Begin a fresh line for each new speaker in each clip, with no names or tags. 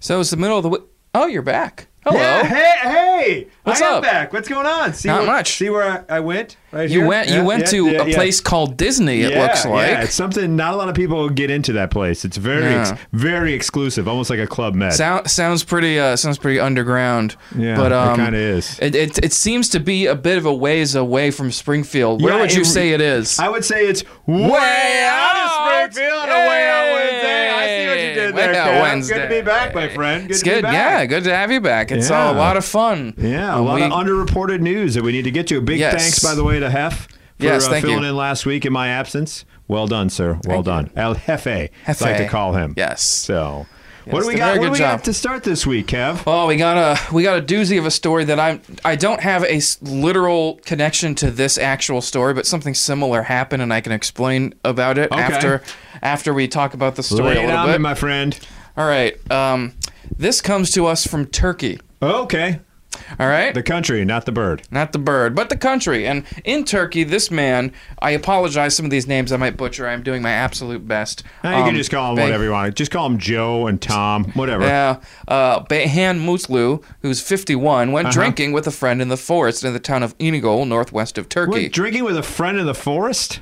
So it's the middle of the. W- oh, you're back. Hello.
Yeah, hey, hey!
What's
I am
up?
back. What's going on? See
Not
where,
much.
See where I, I went? Right
You
here?
went. You
Yeah,
went
yeah,
to
yeah,
a
yeah.
place called Disney. It
Yeah,
looks like.
Yeah, it's something not a lot of people get into that place. It's very, ex-
Yeah.
very exclusive, almost like a club med.
Sound, sounds pretty. Uh, sounds pretty underground.
Yeah,
but
it
um,
kinda is.
It, it it seems to be a bit of a ways away from Springfield. Where
Yeah,
would you
it-
say it is?
I would say it's way, out
out!
of Springfield and way out Wednesday. I see what you did
Way
there,
out
Cal. Good
Wednesday.
to be back, my friend. Good
it's
to be
good.
back.
Yeah, good to have you back. It's uh, a
Yeah.
lot of fun.
Yeah, a
Uh,
lot
we-
of underreported news that we need to get to. Big
Yes.
thanks, by the way, to Hef for
Yes,
uh,
thank
filling
you.
in last week in my absence. Well done, sir. Well done. El Jefe,
Jefe.
like to call him.
Yes.
So, what do we
did a
got?
very
What do
good
we
job.
got to start this week, Kev?
Well, we got a we got a doozy of a story that I'm I don't have a s- literal connection to this actual story, but something similar happened, and I can explain about it after after we talk about the story
Lay
a
it
little
on me,
bit.
my friend.
All right, um, this comes to us from Turkey.
Okay,
All right,
the country, not the bird.
not the bird, but the country. And in Turkey, this man, I apologize, some of these names I might butcher. I'm doing my absolute best.
Now you
Um,
can just call him
thank-
whatever you want. Just call him Joe and Tom, whatever.
Yeah. Uh, Behan Muslu, who's 51,
Uh-huh.
went drinking with a friend in the forest in the town of Inigol, northwest of Turkey.
What, drinking with a friend in the forest?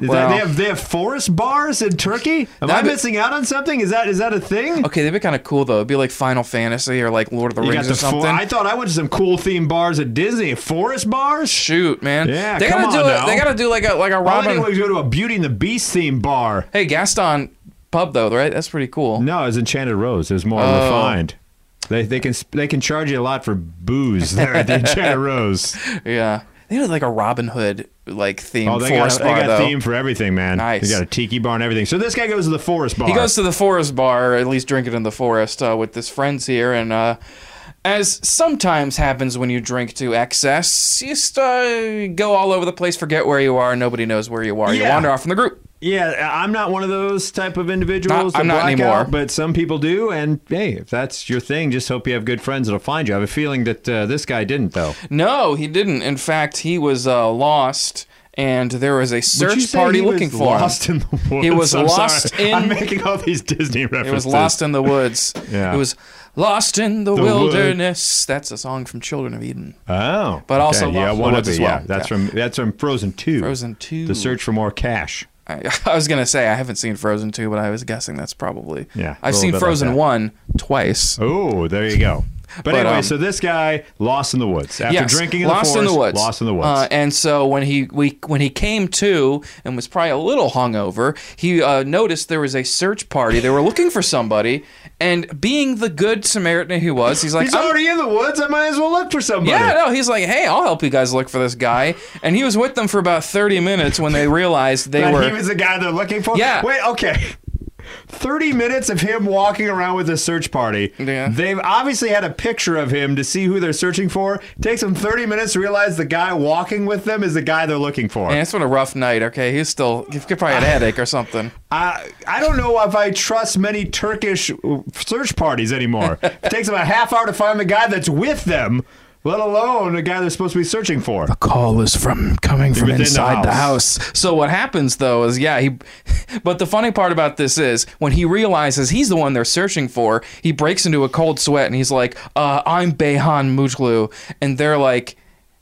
Is that-
Well-
they have they have forest bars in Turkey. Am I
That'd be-
missing out on something? Is that is that a thing?
okay, that'd be kind of cool, though. It'd be like Final Fantasy or like Lord of the
You got
Rings
the
or something.
for- I thought I went to some cool themed bars at Disney. Forest bars?
Shoot, man.
Yeah,
they
come
gotta
on
do
now.
it. They gotta do like a like a
All I
Robin.
did was go to a Beauty and the Beast themed bar.
Hey, Gaston pub though, right? That's pretty cool.
No, it was Enchanted Rose. It was more
Oh.
refined. They, they can they can charge you a lot for booze there at the Enchanted Rose.
Yeah, they did like a Robin Hood like theme
Oh, they
forest
got,
bar
they got
though.
theme for everything, man.
Nice.
They got a tiki bar and everything. So this guy goes to the forest bar.
He goes to the forest bar, or at least drink it in the forest uh, with his friends here, and uh, as sometimes happens when you drink to excess, you just uh, go all over the place, forget where you are, nobody knows where you are, you
Yeah.
wander off from the group.
Yeah, I'm not one of those type of individuals.
Not- I'm
that
not
black
anymore.
out, but some people do. And hey, if that's your thing, just hope you have good friends that'll find you. I have a feeling that uh, this guy didn't, though.
No, he didn't. In fact, he was uh, lost, and there was a
Would you
search
say
party
he
looking
was
for him.
lost in the woods.
He was
I'm
lost
sorry.
in-
I'm making all these Disney
It
references.
was lost in the woods.
Yeah.
It was lost in the,
The wood.
wilderness. That's a song from Children of Eden.
Oh,
But also
okay, yeah,
lost in the
one of
woods
the-
as well.
Yeah, that's
Yeah.
from that's from Frozen Two.
Frozen 2.
The search for more cash.
I, I was gonna say I haven't seen Frozen two, but I was guessing that's probably
Yeah, a
I've
little
seen
bit like
Frozen
that.
one twice.
Oh, there you go. But, anyway,
um,
so this guy lost in the woods after
Yes,
drinking in
lost
the forest,
in the woods.
Lost in the woods.
Uh, and so when he we when he came to and was probably a little hungover, he uh, noticed there was a search party. They were looking for somebody, and being the good Samaritan he was, he's like,
He's
"I'm-
already in the woods. I might as well look for somebody.
Yeah, no, he's like, hey, I'll help you guys look for this guy. And he was with them for about 30 minutes when they realized they
Like,
were.
he was the guy they're looking for.
Yeah.
Wait. Okay. Thirty minutes of him walking around with a search party.
Yeah.
They've obviously had a picture of him to see who they're searching for. Takes them thirty minutes to realize the guy walking with them is the guy they're looking for.
and it's been a rough night, okay? He's still. He probably had a headache or something.
I I don't know if I trust many Turkish uh, search parties anymore. it takes them a half hour to find the guy that's with them, let alone the guy they're supposed to be searching for.
call is from coming from
Within the
inside the house.
house.
So what happens though is yeah, he but the funny part about this is when he realizes he's the one they're searching for, he breaks into a cold sweat and he's like, uh, I'm Behan Mujlu and they're like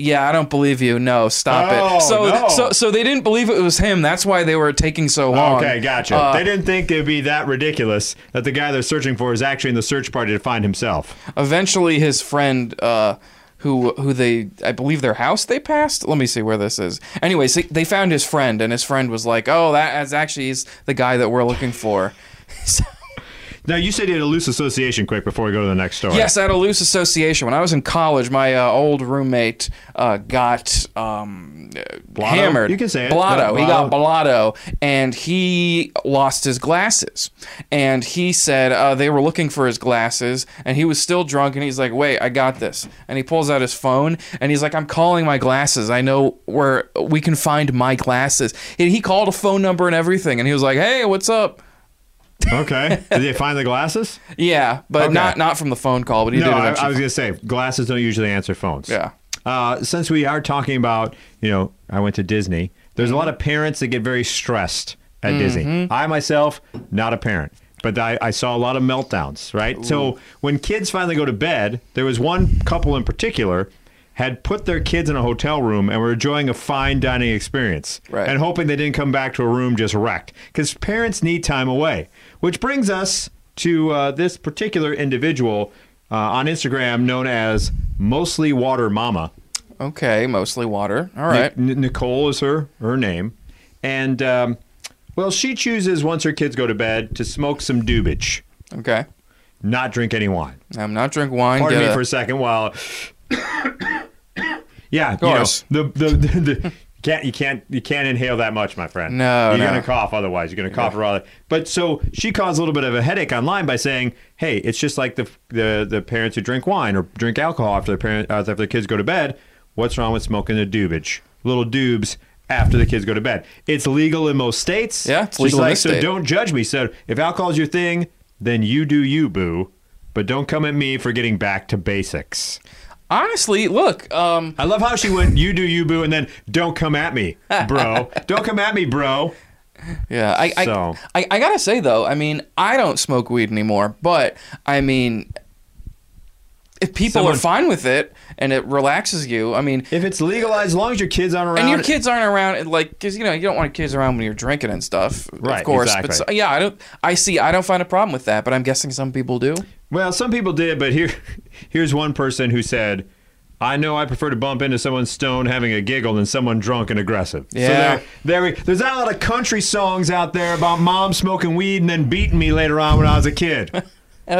yeah, I don't believe you. No, stop
Oh,
it. So,
no.
so, so they didn't believe it was him. That's why they were taking so long.
Okay, gotcha.
Uh,
they didn't think it'd be that ridiculous that the guy they're searching for is actually in the search party to find himself.
eventually his friend uh who who they I believe their house they passed. Let me see where this is. Anyways, they- they found his friend and his friend was like, "Oh, that is actually is the guy that we're looking for." So-
Now you said you had a loose association quick before we go to the next story.
Yes, at a loose association. When I was in college, my uh, old roommate uh, got um,
Blotto?
hammered.
You can say it.
Blotto.
Yeah,
He got blotto, and he lost his glasses. And he said uh, they were looking for his glasses, and he was still drunk. And he's like, "Wait, I got this." And he pulls out his phone, and he's like, "I'm calling my glasses. I know where we can find my glasses." And he called a phone number and everything, and he was like, "Hey, what's up?"
Okay. Did they find the glasses?
Yeah, but
Okay.
not not from the phone call, but he
No,
did
I,
eventually.
I was gonna say glasses don't usually answer phones.
Yeah.
Uh, since we are talking about, you know, I went to Disney.
Mm-hmm.
There's a lot of parents that get very stressed at Disney. I myself, not a parent, but but I, I saw a lot of meltdowns, right? So when kids finally go to bed, there was one couple in particular had put their kids in a hotel room and were enjoying a fine dining experience
Right.
and hoping they didn't come back to a room just wrecked because parents need time away. Which brings us to uh, this particular individual uh, on Instagram known as Mostly Water Mama.
Okay, mostly water. All right.
Nic- N- Nicole is her her name, and um, well, she chooses once her kids go to bed to smoke some dubage,
Okay.
not drink any wine.
I'm not drink wine.
Pardon
get
me
a-
for a second, while yeah, you know,
course.
the the. the, the Can't, you can't you can't inhale that much, my friend.
No,
you're
no.
gonna cough. Otherwise, you're gonna cough or other. But so she caused a little bit of a headache online by saying, "Hey, it's just like the the, the parents who drink wine or drink alcohol after their parent uh, after their kids go to bed. What's wrong with smoking a doobage, little doobs after the kids go to bed? It's legal in most states.
Yeah, it's
She's
legal in
like,
this
so
state."
don't judge me. So if alcohol's your thing, then you do you, boo. But don't come at me for getting back to basics.
Honestly, look. Um,
I love how she went, you do you, boo, and then don't come at me, bro. don't come at me, bro.
Yeah, I I,
So-
I I gotta say though, I mean, I don't smoke weed anymore, but I mean, if people
Someone-
are fine with it and it relaxes you, I mean,
If it's legalized, as long as your kids aren't around,
and your kids aren't around, and like, because you know you don't want kids around when you're drinking and stuff,
Right,
Of course,
exactly.
but so, yeah, I don't. I see. I don't find a problem with that, but I'm guessing some people do.
Well, some people did, but here, here's one person who said, "I know I prefer to bump into someone stoned having a giggle than someone drunk and aggressive." So
Yeah.
there, there we, there's not a lot of country songs out there about mom smoking weed and then beating me later on when I was a kid. Not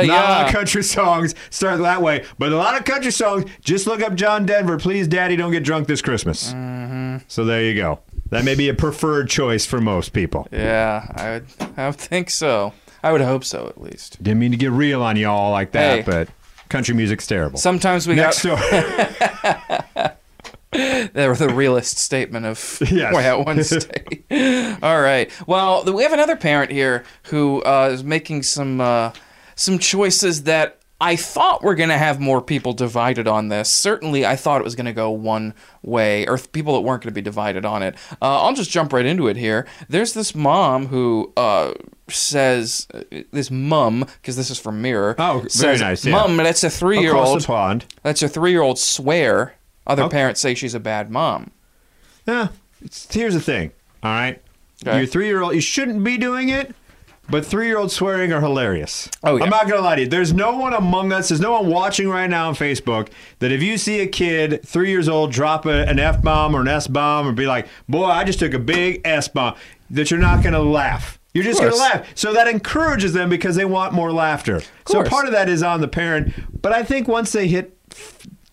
a lot
Oh, yeah.
of country songs start that way, but a lot of country songs. Just look up John Denver. Please, Daddy, don't get drunk this Christmas.
Mm-hmm.
So there you go. That may be a preferred choice for most people.
Yeah, I would. I would think so. I would hope so, at least.
Didn't mean to get real on y'all like that,
Hey.
but country music's terrible.
Sometimes we
Next
got
story.
the, the realist statement of
Yes.
at one state. All right. Well, th- we have another parent here who uh, is making some uh, some choices that I thought were going to have more people divided on this. Certainly, I thought it was going to go one way, or th- people that weren't going to be divided on it. Uh, I'll just jump right into it here. There's this mom who. Uh, says uh, this mum because this is from mirror
Oh, very
says,
nice, yeah.
mum that's a
across
three-year-old
the pond.
That's your three year old swear. Other parents say she's a bad mom.
Yeah. It's, here's the thing. All right.
Okay.
Your three year old, you shouldn't be doing it, but three year olds swearing are hilarious.
Oh, yeah.
I'm not going to lie to you. There's no one among us, there's no one watching right now on Facebook that if you see a kid three years old drop a, an F bomb or an S bomb or be like, boy, I just took a big S bomb, that you're not going to laugh. You're just going to
course.
laugh. So that encourages them because they want more laughter. So
course.
part of that is on the parent. But I think once they hit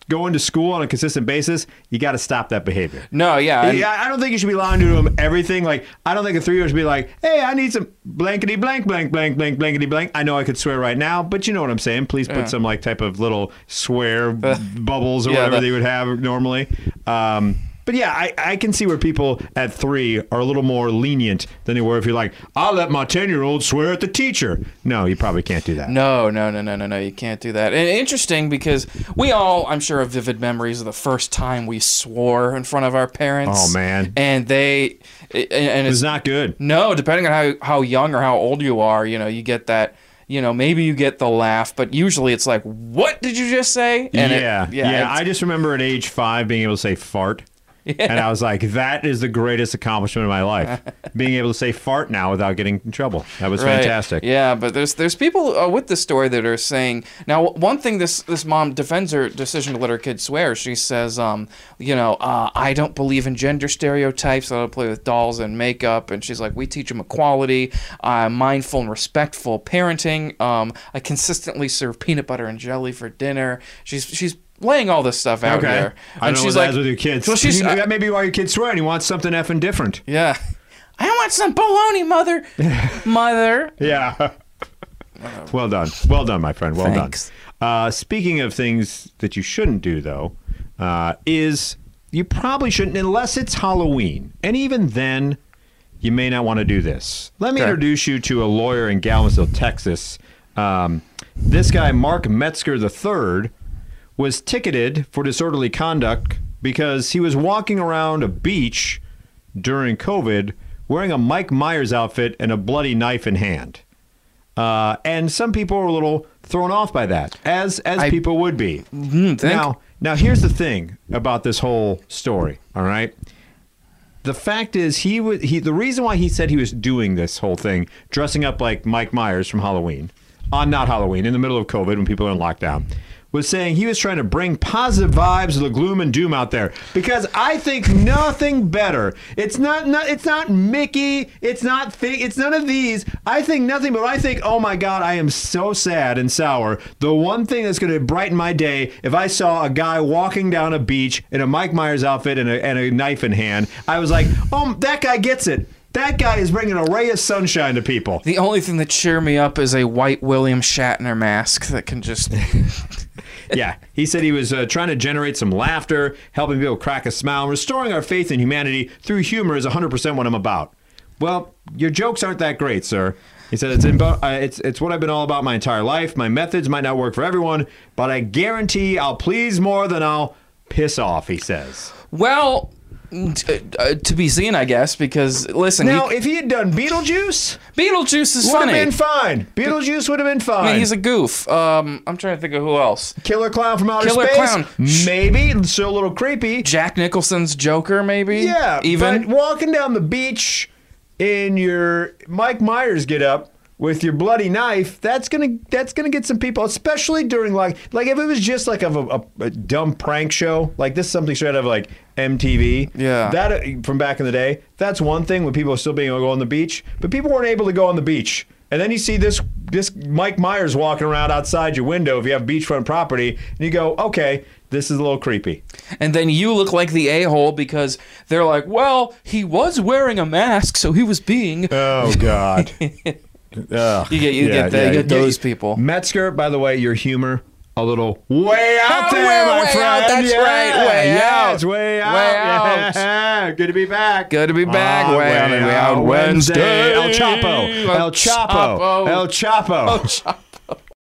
going to school on a consistent basis, you got to stop that behavior.
No, yeah. and-
Yeah, I don't think you should be lying to them everything. Like, I don't think a three year old should be like, hey, I need some blankety blank, blank, blank, blank, blankety blank. I know I could swear right now, but you know what I'm saying. Please put some, like, type of little swear bubbles or
yeah,
whatever
the-
they would have normally. Um, but yeah, I, I can see where people at three are a little more lenient than they were if you're like, I'll let my 10 year old swear at the teacher. No, you probably can't do that.
No, no, no, no, no, no. You can't do that. And interesting because we all, I'm sure, have vivid memories of the first time we swore in front of our parents.
Oh, man.
And they, and, and it's
It's not good.
no, depending on how how young or how old you are, you know, you get that. You know, maybe you get the laugh, but usually it's like, "What did you just say?" And it-
yeah, yeah.
it's-
I just remember at age five being able to say fart. And I was like, that is the greatest accomplishment of my life. being able to say fart now without getting in trouble. That was
Right.
fantastic.
Yeah, but there's there's people uh, with this story that are saying now one thing this this mom defends her decision to let her kid swear. She says, um, you know, uh, I don't believe in gender stereotypes. I don't play with dolls and makeup. And she's like, we teach them equality, uh, mindful and respectful parenting. Um, I consistently serve peanut butter and jelly for dinner. She's she's laying all this stuff out
Okay.
there,
I don't know what that is with your kids.
Well, she's uh,
You- that may be why your kid's swearing. He wants something effing different.
yeah. I want some bologna, mother. mother.
Yeah. well done. Well done, my friend. Well
Thanks.
done. Uh, speaking of things that you shouldn't do, though, uh, is you probably shouldn't, unless it's Halloween. And even then, you may not want to do this. Let me
Okay.
introduce you to a lawyer in Galveston, Texas. Um, this guy, Mark Metzger III, was ticketed for disorderly conduct because he was walking around a beach during COVID wearing a Mike Myers outfit and a bloody knife in hand. Uh, and some people are a little thrown off by that, as as
I-
people would be. Now, now here's the thing about this whole story. All right, the fact is he was he the reason why he said he was doing this whole thing, dressing up like Mike Myers from Halloween, on not Halloween, in the middle of COVID when people are in lockdown, was saying he was trying to bring positive vibes of the gloom and doom out there because I think nothing better. It's not, not it's not Mickey, it's not thi- it's none of these. I think nothing but I think oh my god, I am so sad and sour. The one thing that's going to brighten my day if I saw a guy walking down a beach in a Mike Myers outfit and a, and a knife in hand, I was like, oh, that guy gets it. That guy is bringing a ray of sunshine to people.
The only thing that cheer me up is a white William Shatner mask that can just.
yeah, he said he was uh, trying to generate some laughter, helping people crack a smile, restoring our faith in humanity through humor is 100% what I'm about. Well, your jokes aren't that great, sir. He said it's, in, uh, it's it's what I've been all about my entire life. My methods might not work for everyone, but I guarantee I'll please more than I'll piss off. He says.
well, t- uh, to be seen, I guess, because listen,
Now,
he,
if he had done Beetlejuice,
Beetlejuice is
would have
funny.
been fine. Beetlejuice would have been fine.
I mean, he's a goof. Um, I'm trying to think of who else.
killer clown from outer
Killer
space.
clown. Sh-
Maybe still a little creepy.
Jack Nicholson's Joker, maybe.
Yeah,
Even
but walking down the beach in your Mike Myers get up with your bloody knife, that's gonna that's gonna get some people, especially during like like if it was just like of a, a, a dumb prank show, like this is something straight out of like MTV.
Yeah.
that uh, from back in the day. That's one thing when people are still being able to go on the beach, but people weren't able to go on the beach. And then you see this this Mike Myers walking around outside your window if you have beachfront property, and you go, okay, this is a little creepy.
and then you look like the a hole because they're like, well, he was wearing a mask, so he was being.
Oh God. Ugh.
You get- you get the- you get those people.
Metzger, by the way, your humor a little way out
Oh,
there,
way,
my
way out.
friend.
That's
Yeah.
right. Way
yeah,
out.
It's way out.
Way
Yeah. Good to be back.
Good to be back.
Ah,
Way out and way out. Wednesday.
El Chapo. El
El
Chapo.
Chapo.
El Chapo.
Chapo.